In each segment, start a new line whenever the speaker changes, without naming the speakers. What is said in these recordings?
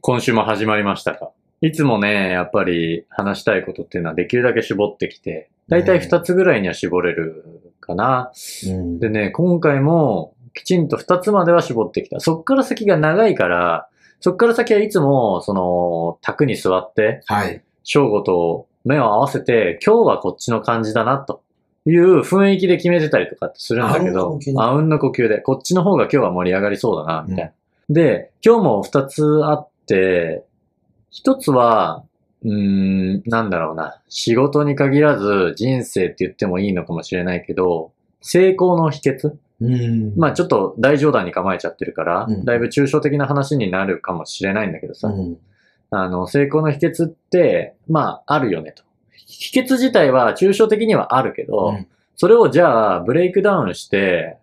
今週も始まりましたか。いつもね、やっぱり話したいことっていうのはできるだけ絞ってきて、だいたい2つぐらいには絞れるかな。
うん
でね、今回もきちんと2つまでは絞ってきた。そっから先が長いから、そっから先はいつも、その、卓に座って、
はい。
正吾と目を合わせて、今日はこっちの感じだな、という雰囲気で決めてたりとかってするんだけ
あうんの
ど
呼吸、ね
あうんの呼吸で、こっちの方が今日は盛り上がりそうだな、みたいな。で、今日も二つあって、一つは、うーん、なんだろうな。仕事に限らず人生って言ってもいいのかもしれないけど、成功の秘訣
うん
まあちょっと大冗談に構えちゃってるから、
うん
だいぶ抽象的な話になるかもしれないんだけどさ、
うん
あの、成功の秘訣って、まあ、あるよねと。秘訣自体は抽象的にはあるけど、
うん
それをじゃあブレイクダウンして、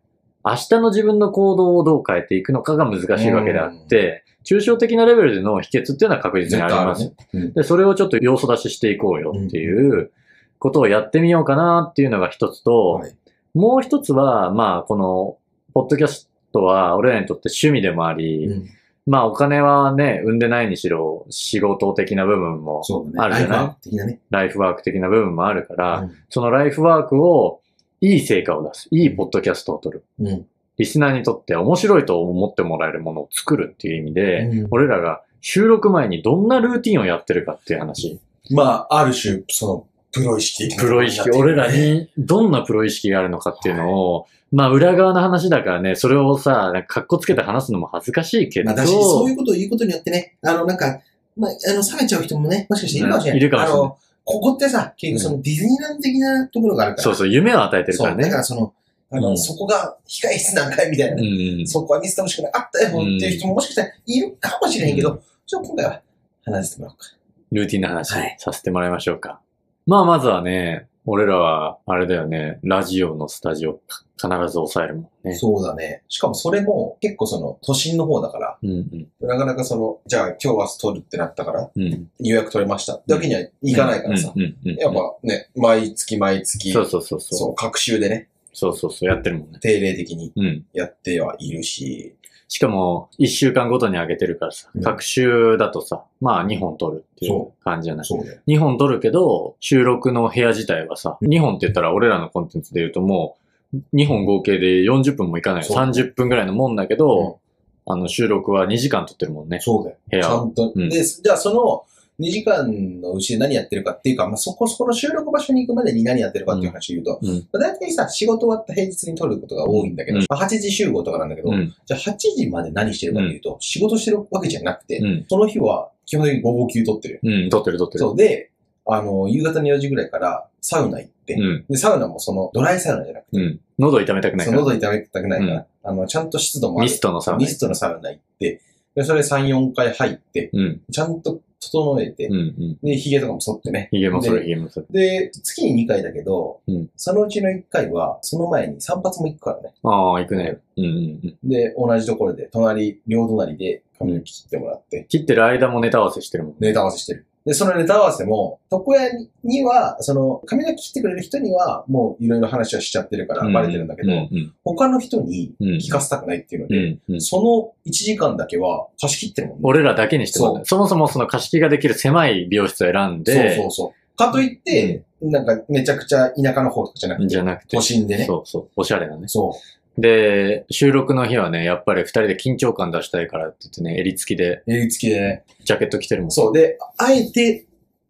明日の自分の行動をどう変えていくのかが難しいわけであって、抽象的なレベルでの秘訣っていうのは確実にあります。
絶対あるね
で、それをちょっと要素出ししていこうよっていうことをやってみようかなっていうのが一つ
うん
と、
はい
もう一つは、まあ、この、ポッドキャストは俺らにとって趣味でもあり、
うん
まあお金はね、産んでないにしろ、仕事的な部分も、
そう
あ
だ
るじゃ
ね。
ない
ワーク的なね。
ライフワーク的な部分もあるから、
う
そのライフワークを、いい成果を出す。いいポッドキャストを撮る。
んうん
リスナーにとって面白いと思ってもらえるものを作るっていう意味で、
うん
俺らが収録前にどんなルーティンをやってるかっていう話。
まあ、ある種、その、プロ意識的な
プロ意識、 俺らにどんなプロ意識があるのかっていうのを、まあ裏側の話だからね、それをさ、なんかかっこつけて話すのも恥ずかしいけど、
まあ、だし、そういうことを言うことによってね、あの、なんか、まあ、あの、冷めちゃう人もね、もしかしているかもしれない。
うんいるかもしれない
あの、ここってさ、結局そのディズニーランド的なところがあるから。
そうそう夢を与えてる
そ
か
う
ら
だ
ね
か。らその、あの、
うん
そこが控え室なんかいみたいな
う
ね、
ん。
そこは見せてほしくなかったよっていう人ももしかしたらいるかもしれへんけど、ちょっと今回は話してもらおうか。
ルーティンの話
はい
させてもらいましょうか。まあ、まずはね、俺らは、あれだよね、ラジオのスタジオか必ず抑えるもんね。
そうだね。しかもそれも結構その都心の方だから、
うんうん
なかなかその、じゃあ今日明日取るってなったから
うん。
予約取れましたってわけにはいかないからさ。
うんうんうんうん、
やっぱね、毎月毎月、
そうそうそうそ。
そうう、各週でね、
そうそうそう、やってるもんね。
定例的に
うん。
やってはいるし、
しかも、一週間ごとに上げてるからさ、
うん
各週だとさ、まあ2本撮るっていう
そ
感じじゃない。
そうだよ。
2本撮るけど、収録の部屋自体はさ、2本って言ったら俺らのコンテンツで言うともう、2本合計で40分もいかない。
そう
30分ぐらいのもんだけど、あの収録は2時間撮ってるもんね。
そうだよ。
部
ち
屋
ゃ
を。
んと。
うん
で、じゃあその2時間のうちで何やってるかっていうか、まあ、そこ、そこの収録場所に行くまでに何やってるかっていう話を言うと、
うん。
まあ、大体さ、仕事終わった平日に撮ることが多いんだけど、
うん
まあ、8時集合とかなんだけど、
うん。
じゃあ8時まで何してるかっていうと、仕事してるわけじゃなくて、
うん。
その日は基本的に午後休取ってるよ。
うん。撮ってる撮ってる。
そうで、あの、夕方の4時ぐらいからサウナ行って、
うん。
で、サウナもそのドライサウナじゃなく
う
て、
ん。喉痛めたくない
そ
か
の
ら。
喉痛めたくないから、あの、ちゃんと湿度もあ
ミ
る。
ストのさ。
ミストのサウナ行って、で、それ3、4回入って、
うん。
ちゃんと整えて、
うん。うん。
で、髭とかも剃ってね。
ヒゲもそれ、
で
ヒゲもそれ。
で、月に2回だけど、
うん
そのうちの1回は、その前に散髪も行くからね。
ああ、行くね。うんうんうん。
で、同じところで、隣、両隣で髪の毛切ってもらって、
切ってる間もネタ合わせしてるもんね。
ネタ合わせしてる。で、そのネタ合わせも、床屋には、その、髪の毛切ってくれる人には、もういろいろ話をしちゃってるから、バレてるんだけど、
うんうん
他の人に
うん。
聞かせたくないっていうの
う
で、
ん。うん。
その1時間だけは貸し切ってるもんね。
俺らだけにしてもらう
そ
そもそもその貸し切りができる狭い美容室を選んで、
そうそうそう。かといって、なんかめちゃくちゃ田舎の方とかじゃなく
じ
て、
ゃなくて
都、心でね。
そうそう、おしゃれなね。
そう。
で、収録の日はね、やっぱり二人で緊張感出したいからって言ってね、襟付きで
襟付きでね。
ジャケット着てるもん。
そう。で、あえて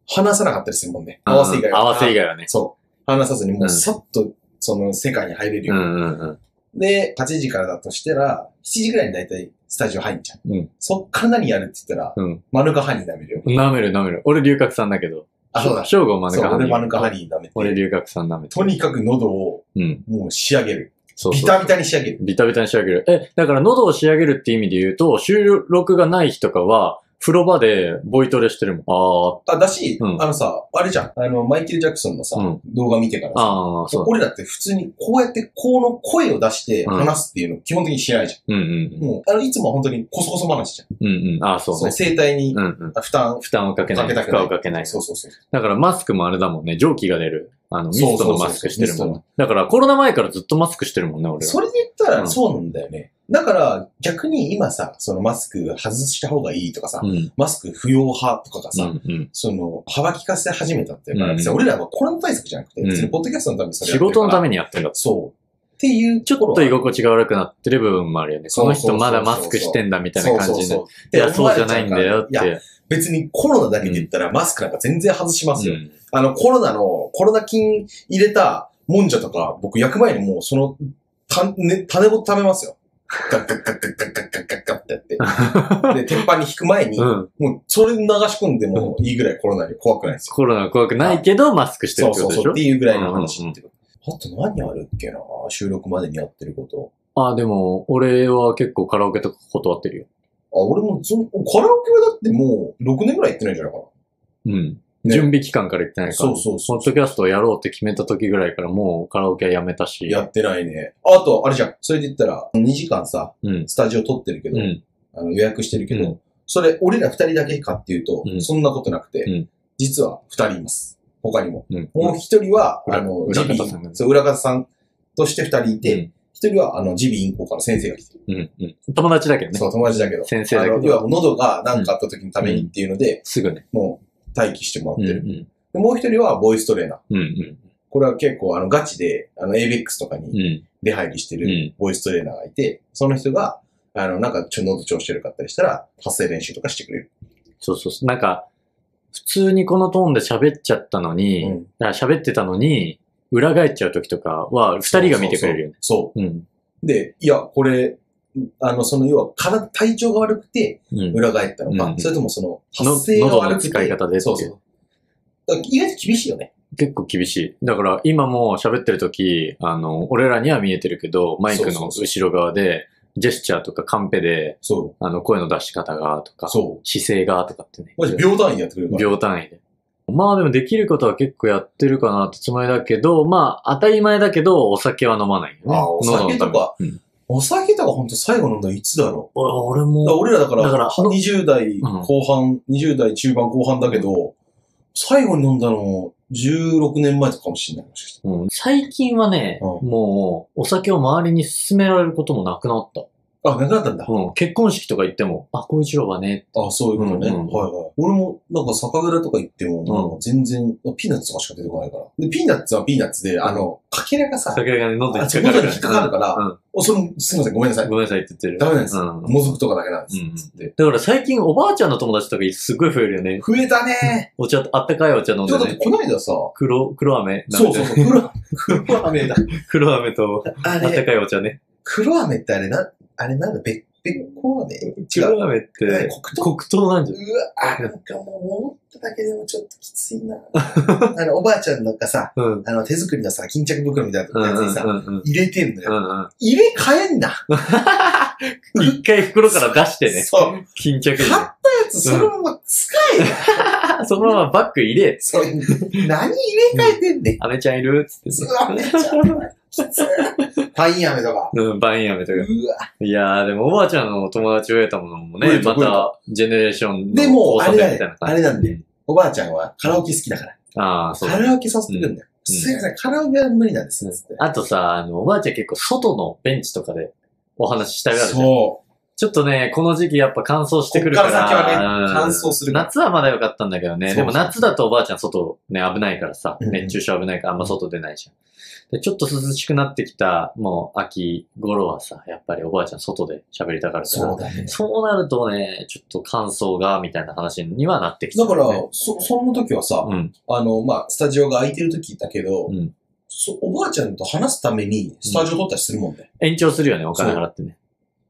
話さなかったりするもんね。合わせ以外は。
合わせ以外はね。
そう。話さずにも
ん
うさっと、その世界に入れる
う
よ、
んうんうん。
で、8時からだとしたら、7時ぐらいに大体スタジオ入んじゃん。
うん
そっから何やるって言ったら、
うん。
マヌカハニー舐めるよ。
舐める舐める。俺、龍角さんだけど。
あ、そうだ。
正午マヌ
そう、
カハニ
俺
ー。
マヌカハニー舐め
俺、
て。
龍角さん舐めて
と
る。
にかく喉を
うん。
もう仕上げる。
そう
ビ
そう。
タビタに仕上げる。
ビタビタに仕上げる。え、だから喉を仕上げるって意味で言うと、収録がない日とかは、風呂場でボイトレしてるもん。
あ、だし、
うん
あのさ、あれじゃん。あの、マイケル・ジャクソンのさ、
うん
動画見てから
あ
さ、
あ。ああ、そう
俺だって普通にこうやってこの声を出して話すっていうの基本的にしないじゃん。
だ。うんうん
もう、あの、いつも本当にコソコソ話じゃん。
うん。うんうん。ああ、そう
そう、
ね。
生体に
うんうん。
負担、
負担をかけない。
か
負
けたくない
荷をかけない。
そうそうそう。
だからマスクもあれだもんね。蒸気が出る。あの、ミストのマスクしてる
そうそうそう
も
ミス
ん。だからコロナ前からずっとマスクしてるもんね、俺は。
それで言った
うん
らそうなんだよね。だから、逆に今さ、そのマスク外した方がいいとかさ、
うん。
マスク不要派とかが
う
さ、
んうん。
その、幅利かせ始めたっていうから、
うん
別に俺らはコロナ対策じゃなくて、
うん
別にポッドキャストのためにそれや
仕事のた
め
めにやってんだ。
そう。っていう
ち
とこ
ょ
ろ
っ
は
と居心地が悪くなってる部分もあるよね。こ
そ
の
うそうそ
人
う
まだマスクしてんだみたいな感じで。
そうそうそう
いや、そうじゃないんだよっ
いや、
て。
別にコロナだけで言ったらマスクなんか全然外しますよ。
うん
あの、コロナの、コロナ菌入れたもんじゃとか、僕焼く前にもうその、た、ね、種ごと食べますよ。ガッガッガッガッガッガッガッガッガッって やって。で、鉄板に引く前に、
うん。
もうそれ流し込んでもいいぐらいコロナに怖くないですよ。
コロナは怖くないけど、マスクしてる
そう
って
そ
こと
う
でし
そ
ょ
う。っていうぐらいの話ってこと。あと何あるっけな収録までにやってること。
あ、でも、俺は結構カラオケとか断ってるよ。
あ、俺もずん、カラオケはだってもう6年ぐらい行ってないんじゃないか
うん。
ね
準備期間から行ってない
な。
から。
そうそうそう
ポッドキャストをやろうって決めた時ぐらいからもうカラオケはやめたし。
やってないね。あと、あれじゃん。それで言ったら、2時間さ、
うん。
スタジオ撮ってるけど、
うん。
あの予約してるけど、
うん
それ、俺ら2人だけかっていうと、
うん
そんなことなくて、
うん
実は2人います。他にも。
うん。
もう1人は、
裏
あの、
裏
ジビ
方さんが
ー
ね
そう、裏方さんとして2人いて、
うん
1人は、あの、ジビーインコから先生が来てる。
うん。うん。友達だけどね
そ。う、友達だけど。
先生だ
あの
け
要
ど。
は、喉が何かあった時のためにっていうので、
すぐね。
もう、待機しても
う
ら
ん。
っ
う
てる。
ん。
でもう1人は、ボイストレーナー。
うん。
これは結構、あの、ガチで、あの、ABEX とか
うん。
に
うん。
出入りして
う
る
ん。
ボイストレーナーがいて、その人が、あの、なんか、ちょ、喉調子悪かったりしたら、発声練習とかしてくれる。
そうそうそう。なんか、普通にこのトーンで喋っちゃったのに、
うん
あ喋ってたのに、裏返っちゃう時とかは、二人が見てくれるよね。
そうう。で、いや、これ、あの、その、要は、体、体調が悪くて、
ん。うん。
裏返ったのか、
うん
それともその、
の
発声が悪
喉の
くて。
使い方でっていう
そうそう。だから意外と厳しいよね。
結構厳しい。だから今も喋ってる時、あの、俺らには見えてるけど、マイク
そ
の
うそう
後ろ側で、ジェスチャーとかカンペで、
そ
あの、声の出し方が、とか
う。、そう。
姿勢が、とかってね。
マジ、秒単位でやってくれるから。
秒単位で。まあでもできることは結構やってるかなってつもりだけど、まあ当たり前だけど、お酒は飲まないよね。
ああお酒
喉のため
とか
うん
お酒とかほんと最後飲んだのいつだろ
俺俺
う。だから
も、
俺らだから、
だから
20代
うん
後半、20代中盤後半だけど、最後に飲んだの、16年前とかかもしれない。もしかして
うん最近はね、
う
もうお酒を周りに勧められることもなくなった。
あ、なくなったんだ。
うん、結婚式とか行っても、あ、こう一郎はね、
あ、そういうことね。
うんうん
はいはい。俺も、なんか酒蔵とか行っても、なんか全然、ピーナッツとかしか出てこないから。で、ピーナッツはピーナッツで、あの、かけらがさ、
酒がね、喉に
あ、
引
そ
っ
こ
か
に
かるから、
引っかかるから、
うん
お、それ、すみません、ごめんなさ い。
ごめんなさいって言ってる。
ダメなんです
うん
もずくとかだけなんで
うん
す。つって。
だから最近おばあちゃんの友達とかすっごい増えるよね。
増えたね
お茶、あったかいお茶飲ん
ー。ちょ
で
っとだって
ね。
この間さ、
黒、黒飴なん
そう
か
そう
ね
そう、黒、黒飴だ。
黒飴と、
あ
あった
れ、
かいお茶ね。
黒飴ってあれな、あれなんだ、べっ、べっこ飴違う。
黒飴って、
え
黒
黒糖
糖なんじゃん。
うわ、あなんかもう思っただけでもちょっときつい な。あの、おばあちゃんなんかさ、
うん。うん
あの、手作りのさ、巾着袋みたいな
うん
やつにさ、
うん
入れてんの
う
よ。
んうん
入れ替えんな。
うん。一回袋から出してね、
そう。買っ
巾着に。
たやつそのまま使えよ。
そのままバッグ入れ、
それ、何入れ替えてんねん。
飴ちゃんいるっつって
う
ね。
わ、めっちゃきつい。パイン飴とか。
うん、バイン飴と
う
か。
わ。
いやー、でもおばあちゃんのお友達増えたものも
増
ね
え、た
また、ジェネレーションの
でも
交差点みたいな
あ
感
れ
じ。
だあれなんだよおばあちゃんはカラオケ好きだから。
ああ、そう
カ
だ。
ラオケ誘ってくるんだ
う
よ。
ん
すいません、カラオケは無理なんです。つって
あとさ、あの、おばあちゃん結構外のベンチとかでお話ししたがるじゃん。
そう。
ちょっとね、この時期やっぱ乾燥してくるから。
こっから先はね
うん
乾燥するから
夏はまだ良かったんだけどね。
そう
でも夏だとおばあちゃん外ね、危ないからさ。
うん
熱中症危ないからあんま外出ないじゃん。で、ちょっと涼しくなってきた、もう秋頃はさ、やっぱりおばあちゃん外で喋りたがるから。
そうだね。
そうなるとね、ちょっと乾燥が、みたいな話にはなってきて、
だから
ね、、
そ、その時はさ、
うん。
あの、まあ、スタジオが空いてる時だけど、
うん
そおばあちゃんと話すために、スタジオ撮ったりするもんね。
延長するよね、お金払ってね。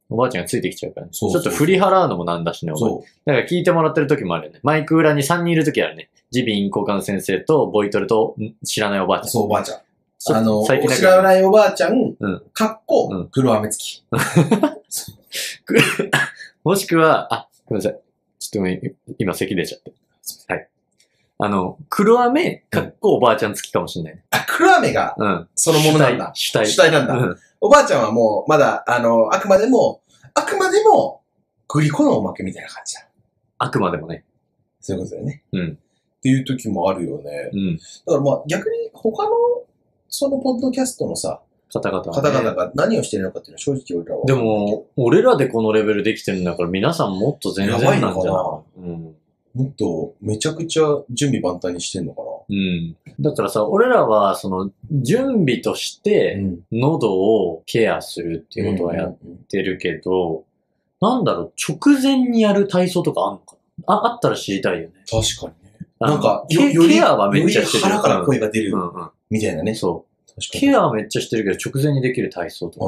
おばあちゃんがついてきちゃうからね。
そうそう
ちょっと振り払うのもなんだしね、おばあちゃん
そ
だから聞いてもらってる時もあるよね。マイク裏に3人いる時あるね。ジビン交換先生とボイトレとん知らないおばあ
う。
ち
そう、おばあちゃん。
ゃん。
あの、お
最近
知
な
ら
んか
ないおばあちゃん
うん、
かっこ、
うん
黒飴付き。
もしくは、あ、ごめんなさい。ちょっとごめん今咳出ちゃって。はい。あの、黒飴、かっこおばあちゃん付きかもしれないね。
あ、黒飴が
うん。
そのものなんだ。
主体。
主
主体
体なんだ。おばあちゃんはもう、まだ、あの、あくまでも、あくまでも、グリコのおまけみたいな感じだ。
あくまでもね。
そういうことだよね。
うん
っていう時もあるよね。
うん。
だからまあ逆に他のそのポッドキャストのさ、
方々は、ね。
方々が何をしてるのかっていうのは正直俺らは。
で、も、俺らでこのレベルできてるんだから、皆さんもっと全然なんじゃ
やばいの
ないうん。
もっとめちゃくちゃ準備万端にしてんのか
うん。だからさ、俺らは、その、準備とし
な。
て、
ん。っ
喉をケアするっていうことはやっ
うん
てるけど、なんだろう、直前にやる体操とかあんのかなあ、あったら知りたいよね。
確かにね。
あの
なんか、
ケケアはめっちゃしてる。
より腹から声が出
う
る
んうん。
みたいなね。
そ
確
う。
かに。
ケアはめっちゃしてるけど、直前にできる体操と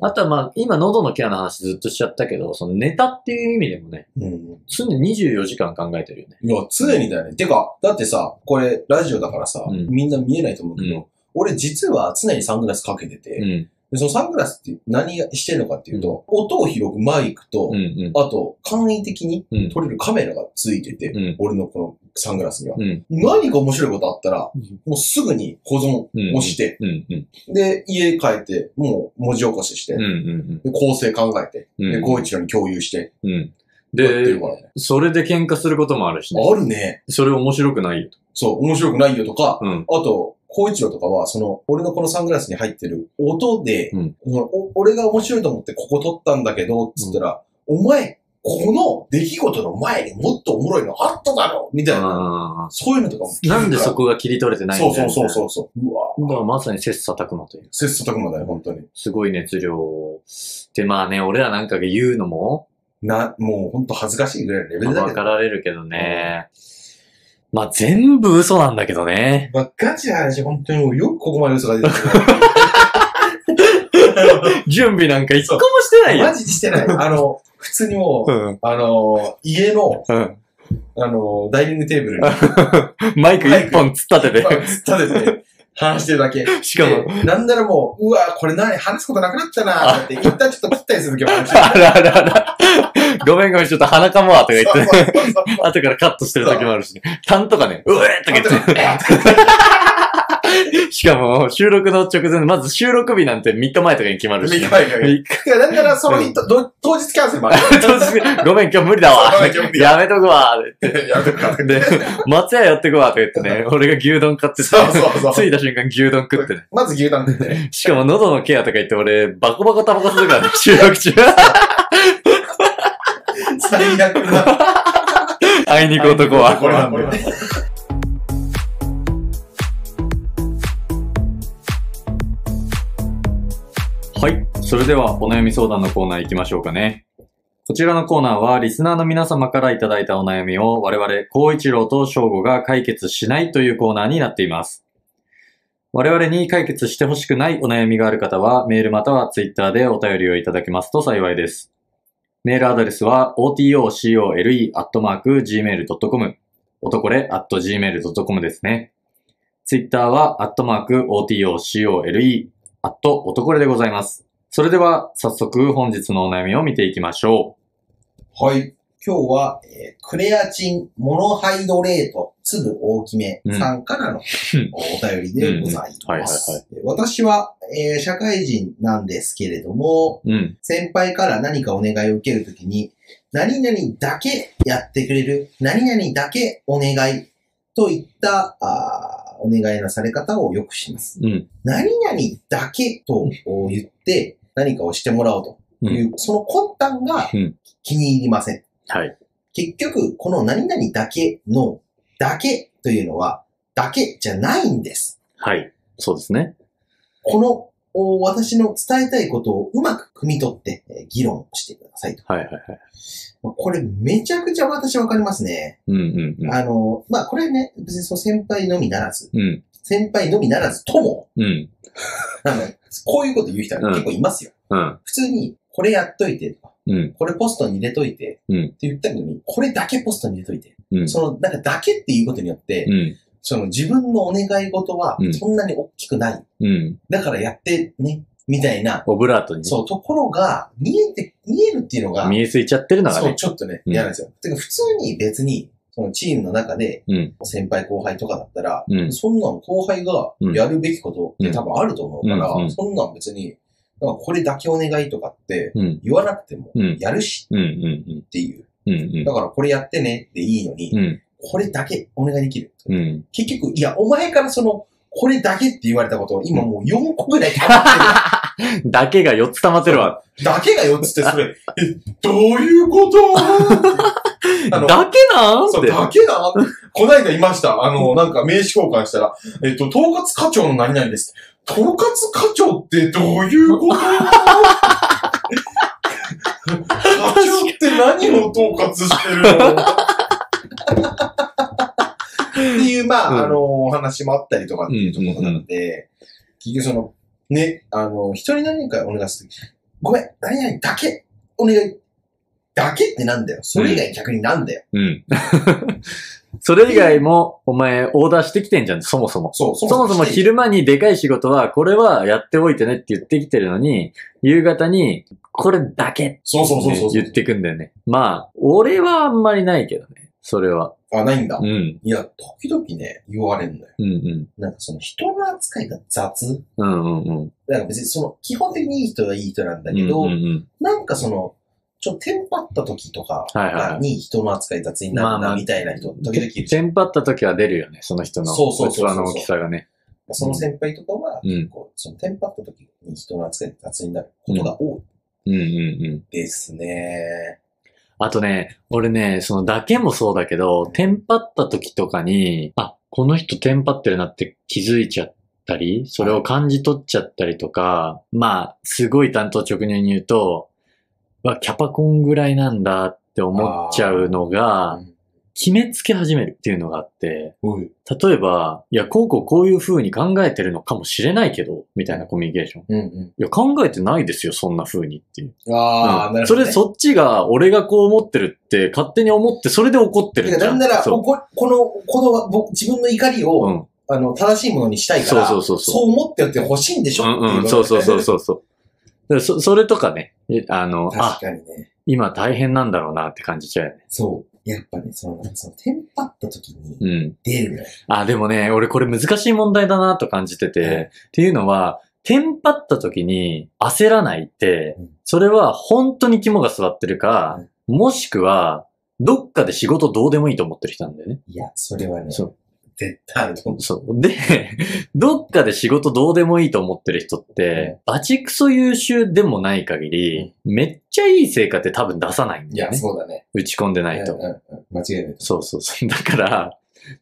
あ
か。
ー
あとはまあ、今喉のケアの話ずっとしちゃったけど、そのネタっていう意味でもね、
うん。
常に24時間考えてるよね。
いや、常にだよね。てか、だってさ、これ、ラジオだからさ、
うん
みんな見えないと思うけど、
うん
俺実は常にサングラスかけてて、
う
で
ん。
そのサングラスって何がしてるのかっていうと、音を広くマイクと、
うんうん。
あと、簡易的に
うん
撮れるカメラがついてて、
うん。
俺のこのサングラスには。
うん。
何か面白いことあったら、
うん
もうすぐに保存をして、
うん。うん。
で、家帰って、もう文字起こしして、
うん。うん。
で構成考えて、
うん。
で、高一郎に共有して、
うん。
やってる
で
か、らね。
それで喧嘩することもあるしね。
あるね。
それ面白くないよと。
そう、面白くないよとか、
うん。
あと、高一郎とかは、その、俺のこのサングラスに入ってる音で、
うん
そのお俺が面白いと思ってここ撮ったんだけど、つったら、お前、この出来事の前にもっとおもろいのあっただろみたいな。
あ
そういうのとかも
ーなんでそ
こ
こが切り取れてない
そ
ん
う
だ
そうそう
う。
そうそう。うわ
だからまさに切磋琢磨という。
切磋琢磨だよ、本当に。
すごい熱量で、まあね、俺らなんかが言うのも、
な、もう本当恥ずかしいぐらいのレベルだ
わ
けど
か。られるけどね。まあ全部嘘なんだけどね。
まあ、ガチな話、本当にもうよくここまで嘘が出てくる。
準備なんか一個もしてない
マ
よ。
ジでしてない。あの、普通にも う、
うん。
あの、家の、
うん。
あの、ダイニングテーブルに、
マイク一本突っ立て
立てて、話してるだけ。
て。 しかも、
でなんならもう、うわ、これ何、話すことなくなったなって、一旦ちょっと切ったりする時もあるし。
あらあらあら。ごめんごめん、ちょっと鼻かもわとか言ってね。
そうそうそうそう
後からカットしてる時もあるしね。単とかね、うえーとか言って。しかも、収録の直前、まず収録日なんて3日前とかに決まるし、ね。
三日前か
3
ら
日
いやなんならその日と、ど当日キャンセルもある。
ごめん、今日無理だわ
そうごめん今日無。理
やめとくわ。
やめとくか
で、松屋寄ってくわ、とか言ってね。俺が牛丼買って
そう
さ、
そうそ
着
う。
いた瞬間牛丼食ってね。
まず牛タン食ってね。
しかも喉のケアとか言って俺、バコバコタバコ吸うからね、収録 中。
最悪な。
あいに行く男は。
これだ、これだ。
はい。それではお悩み相談のコーナー行きましょうかね。こちらのコーナーはリスナーの皆様からいただいたお悩みを我々、高一郎と翔吾が解決しないというコーナーになっています。我々に解決してほしくないお悩みがある方はメールまたはツイッターでお便りをいただけますと幸いです。メールアドレスは otocole.gmail.com 男れ .gmail.com ですね。ツイッターは otocole アット男れでございます。それでは、早速本日のお悩みを見ていきましょ
はい。今日は、えークレアチンモノハイドレート粒大きめ
うん
さんから
う
の
ん
お便りでございま
うんうん
す。えー私は、えー社会人なんですけれども、
う。うん。
先輩から何かお願いを受けるときに、何々だけやってくれる、何々だけお願いといった、あーお願いのされ方をよくします。
うん。
何々だけと言って何かをしてもらおうという、その魂胆が
うん
気に入りません。
はい。
結局、この何々だけのだけというのは、だけじゃないんです。
はい。そうですね。
この、お私の伝えたいことをうまく汲み取って、えー議論してくださいと。
はいはいはい。
まあこれめちゃくちゃ私わかりますね。
うんうん
あの、まあ、これね、別にその先輩のみならず、
うん。うん。
先輩のみならずとも、
うん。
あの、こういうこと言う人は結構いますよ。
うん。
普通に、これやっといてとか、
うん。
これポストに入れといて、
うん
って言ったのに、これだけポストに入れといて、
うん。
その、なんかだけっていうことによって、
うん。
その自分のお願い事は
うん
そんなに大きくない。
うん。
だからやってね、みたいな、
オブラートにね
そう、ところが、見えて、見えるっていうのが、
見えすいちゃってるのが
そう、
ね。
ちょっとね、
うん
嫌なんですよ。てか、普通に別に、そのチームの中で
うん、
先輩後輩とかだったら、
うん
そんなの後輩がやるべきことって多分あると思うから、
うんうん
そんなん別に、だからこれだけお願いとかって
うん。
言わなくても
うん。
やるし
うんうん
っていう。
うん。うん
だからこれやってねっていいのに、
うん。うん。
これだけお願いできる。
うん。
結局、いや、お前からその、これだけって言われたことを今もう4個ぐらい溜まっ
だけが4つ溜まってるわ。
てる。 だけが4つってそれ、え、どういうこと あの
だけなんっ
そう、
て。
だけだな。こないだいました。あの、なんか名刺交換したら、えっと、統括課長の何々です。統括課長ってどういうこと課長って何を統括してるのっていう、まあ、
うん
あの、お話もあったりとかっていうところなので、結局その、ね、あの、人に何かお願いするとき、ごめん、何々だけ、お願い。だけってなんだよ。それ以外逆になんだよ。
うん。 それ以外も、お前、オーダーしてきてんじゃん、そもそも。
そう、そ
そもそも昼間にでかい仕事は、これはやっておいてねって言ってきてるのに、夕方に、これだけって
そうそうそうそうそう。
言ってくんだよね。まあ、俺はあんまりないけどね。それは。
あ、ないんだ
う。ん。
いや、時々ね、言われるんだよ。
うんうん。
なんかその人の扱いが雑。
うんうんうん。
だから別にその、基本的にいい人はいい人なんだけど、
うんうんうん
なんかその、ちょっとテンパった時とか
はいはいはい
に人の扱い雑になる
まあま
な
あ
みたいな人、時々いるじゃ
テンパった時は出るよね、その人の器
そうそうそうそう
の大きさがね。
ん。その先輩とかは、
うん。
こうそのテンパった時に人の扱いが雑になることが多い
うんうんうん。
ですね。
あとね、俺ね、そのだけもそうだけど、テンパった時とかに、あ、この人テンパってるなって気づいちゃったり、それを感じ取っちゃったりとか、まあ、すごい担当直入に言うと、うわ、キャパコンぐらいなんだって思っちゃうのが、決めつけ始めるっていうのがあって、
うん。うん。
例えば、いや、こうこうこういう風に考えてるのかもしれないけど、みたいなコミュニケーション。
うん
いや、考えてないですよ、そんな風にっていう。
うん。ああ、
うん
なるほ
そ
ど、ね。
れそっちが、俺がこう思ってるって、勝手に思って、それで怒ってるじ
てか
ゃ
なん
ん。
なら、
そ
ここの、この僕、自分の怒り
う。う
を、
ん。
あの、正しいものにしたいから、
そうそうそうそう
思ってやってほしいんでしょって
うん
い
うん。
の
そうそうそうそうそう。だからそ、それとかね、えあの、あ
確、かにね。
今大変なんだろうなって感じちゃうよね。
そう。やっぱね、その、なんかその、テンパった時に
うん。
出るのよ。
あ、でもね、俺これ難しい問題だなと感じて
うん
て、っていうのは、テンパった時に焦らないって
うん、
それは本当に肝が座ってるか、もしくは、どっかで仕事どうでもいいと思ってる人なんだよね。
いや、それはね、
そう。
絶対あると思う。
そう。で、 どっかで仕事どうでもいいと思ってる人って、バチクソ優秀でもない限り、めっちゃいい成果って多分出さないん
い
だよ
や、
ね。
そうだね。
打ち込んでない
うん
と。
うんうん間違いない。
そうそうそう。 だから、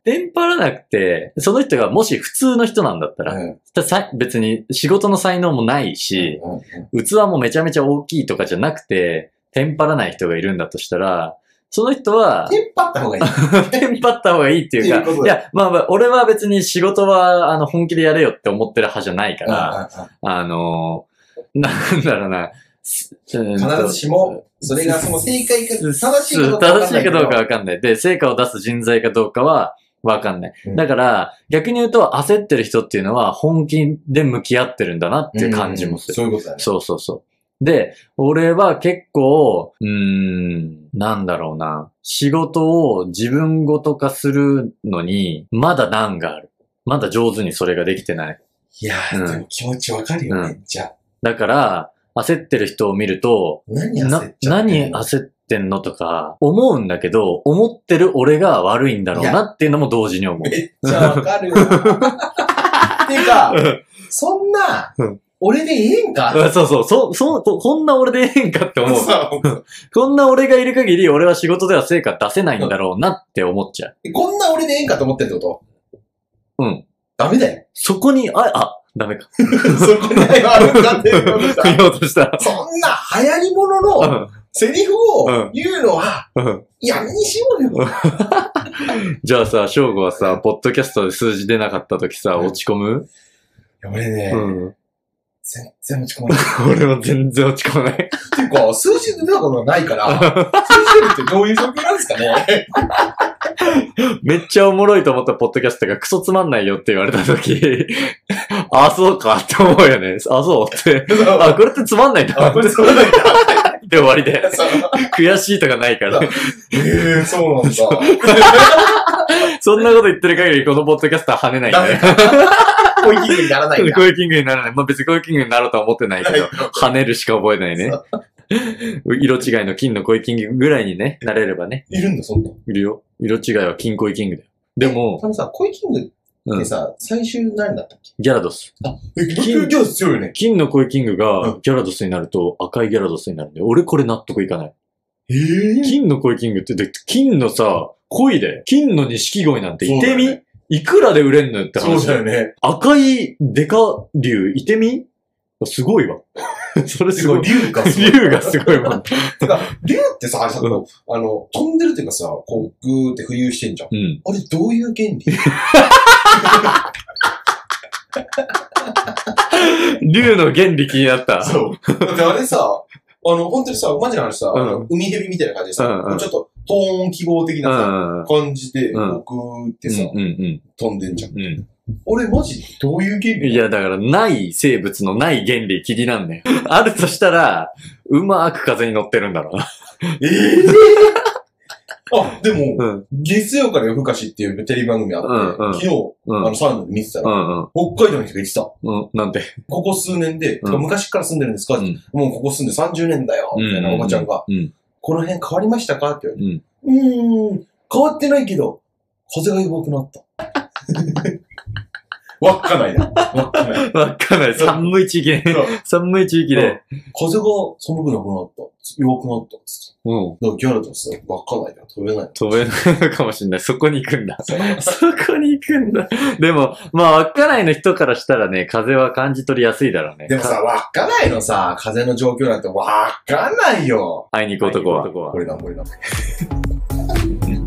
テンパらなくて、その人がもし普通の人なんだったら、
うん
さ別に仕事の才能もないし、
うんうん
器もめちゃめちゃ大きいとかじゃなくて、テンパらない人がいるんだとしたら、その人は、
テンパった方がいい。
テンパった方がいいっていう
っていうこ
か、
と
い
だ
や、まあまあ、俺は別に仕事は、あの、本気でやれよって思ってる派じゃないから、
う
あのー、なんだろうな、すうん
んうん必ずしも、それがその正解か、正しいかどうか
正
わかん
し
ないいけ
か
ど。
どうかわかんない。で、成果を出す人材かどうかはわかんない。
うん
だから、逆に言うと、焦ってる人っていうのは本気で向き合ってるんだなっていう感じもする。
うんうんそういうことだね。
そうそうそう。で、俺は結構、うーん、なんだろうな。仕事を自分ごと化するのに、まだ難がある。まだ上手にそれができてない。
いや
うん
ー、でも気持ちわかるよ、
うん
めっちゃ。
だから、焦ってる人を見ると、
何焦
な
っ、ちゃってん
何
の
焦ってんのとか、思うんだけど、思ってる俺が悪いんだろうなっていうのも同時に思う。
めっちゃわ かるわ。てか、そんな
うん、
俺でええんか
うん そうそう、そう、そう、ここんな俺でええんかって思う。
そう
こんな俺がいる限り、俺は仕事では成果出せないんだろうなって思っちゃう。
こんな俺でええんかと思ってるってこと
うん。
ダメだよ。
そこに、あ、あ、ダメか。
そこにあるんかっていうことだ
言おうとした。
そんな流行り物のセリフを言うのは
うんうん
やめにしようよ。
じゃあさ、翔吾はさ、ポッドキャストで数字出なかった時さ、落ち込む
俺ね
う、ん。
全然落ち込まない。
俺は全然落ち込まない。
っていう か、数字で出たことがないから、数字出るってどういう状況なんですか ね。
めっちゃおもろいと思ったポッドキャストがクソつまんないよって言われた時、 あ、そうかって思うよね。あ、そうって。 あ、これってつまんないんだ。
あこれそうなんだ。
で終わりで。
そう
悔しいとかないから。
ええ、そうなん だ。
そんなこと言ってる限り、このポッドキャストは跳ねない
ダメ
ね。
か。 ポイキングにな らないんだ。
こういうキングにならない。まあ別にこういうキングになろうとは思ってないけど。跳ねるしか覚えないね。 色違いの金の恋キングぐらいにね、なれればね。
いるんだ、そんな。
いるよ。色違いは金恋キングだよ。でも、
あのさ、コイキング
うん
でさ、最終何だったっけ
ギャラドス。
あ、え、金魚強いよね。
金の声キング
う
がギャラドスになると赤いギャラドスになるんで、俺これ納得いかない。
ええ
金の声キングって、で金のさ、恋で、金の錦鯉なんていてみ、
そうだよね
いくらで売れんのよって
そう
話
だよね。
赤いデカ竜、いてみすごいわ。 それす
す
ごい
ごい、。竜がすごい。
竜がすごいも ん。
てか、竜ってさ、あれさ、
うん
こうあの、飛んでるっていうかさ、こう、ぐーって浮遊してんじゃん。
うん。
あれ、どういう原理
竜の原理気になった。
そう。だってあれさ、あの、本当にさ、マジな話さ、あ
う
の海蛇みたいな感じでさ、
うんうん
こうちょっと、トーン記号的
う
なん
う
さ、
んうん。
感じで、
うん
こう、ぐーってさ、
うんうん
飛んでんじゃん。
うん。うん
俺、マジ、どういう原理
いや、だから、ない生物のない原理気になんねん。 あるとしたら、うまーく風に乗ってるんだろうな。
ええあ、でも、
うん。
月曜から夜更かしっていうテレビ番組あって、
うんうん
昨日、
う
あ
ん。
の、サウナで見てた
う
ら、
んうん。
北海道の人が言ってた。こ
うん。なんて。
こ数年で、
うん
てか昔から住んでるんですか、
うん
もうここ住んで30年だよ、みたいなおばちゃんが、
うん。
この辺変わりましたかって言われ
う
て
ん、
うーん、変わってないけど、風が弱く なった。わっかないな。わっ かない。
わかんない。寒い地域ね。
そう
寒い地域で。
風が寒くなくなった。弱くなったっつって。
うん。
だからギャルとさ、わっかないな。飛べないな。
飛べないのかもしんない。そこに行くんだ。
そう
そこに行くんだ。でも、まあ、稚内の人からしたらね、風は感じ取りやすいだろうね。
でも
か、
さ、わっかないのさ、風の状況なんてわっかないよ。
会いに行く男は。
これだ、これだ。
うん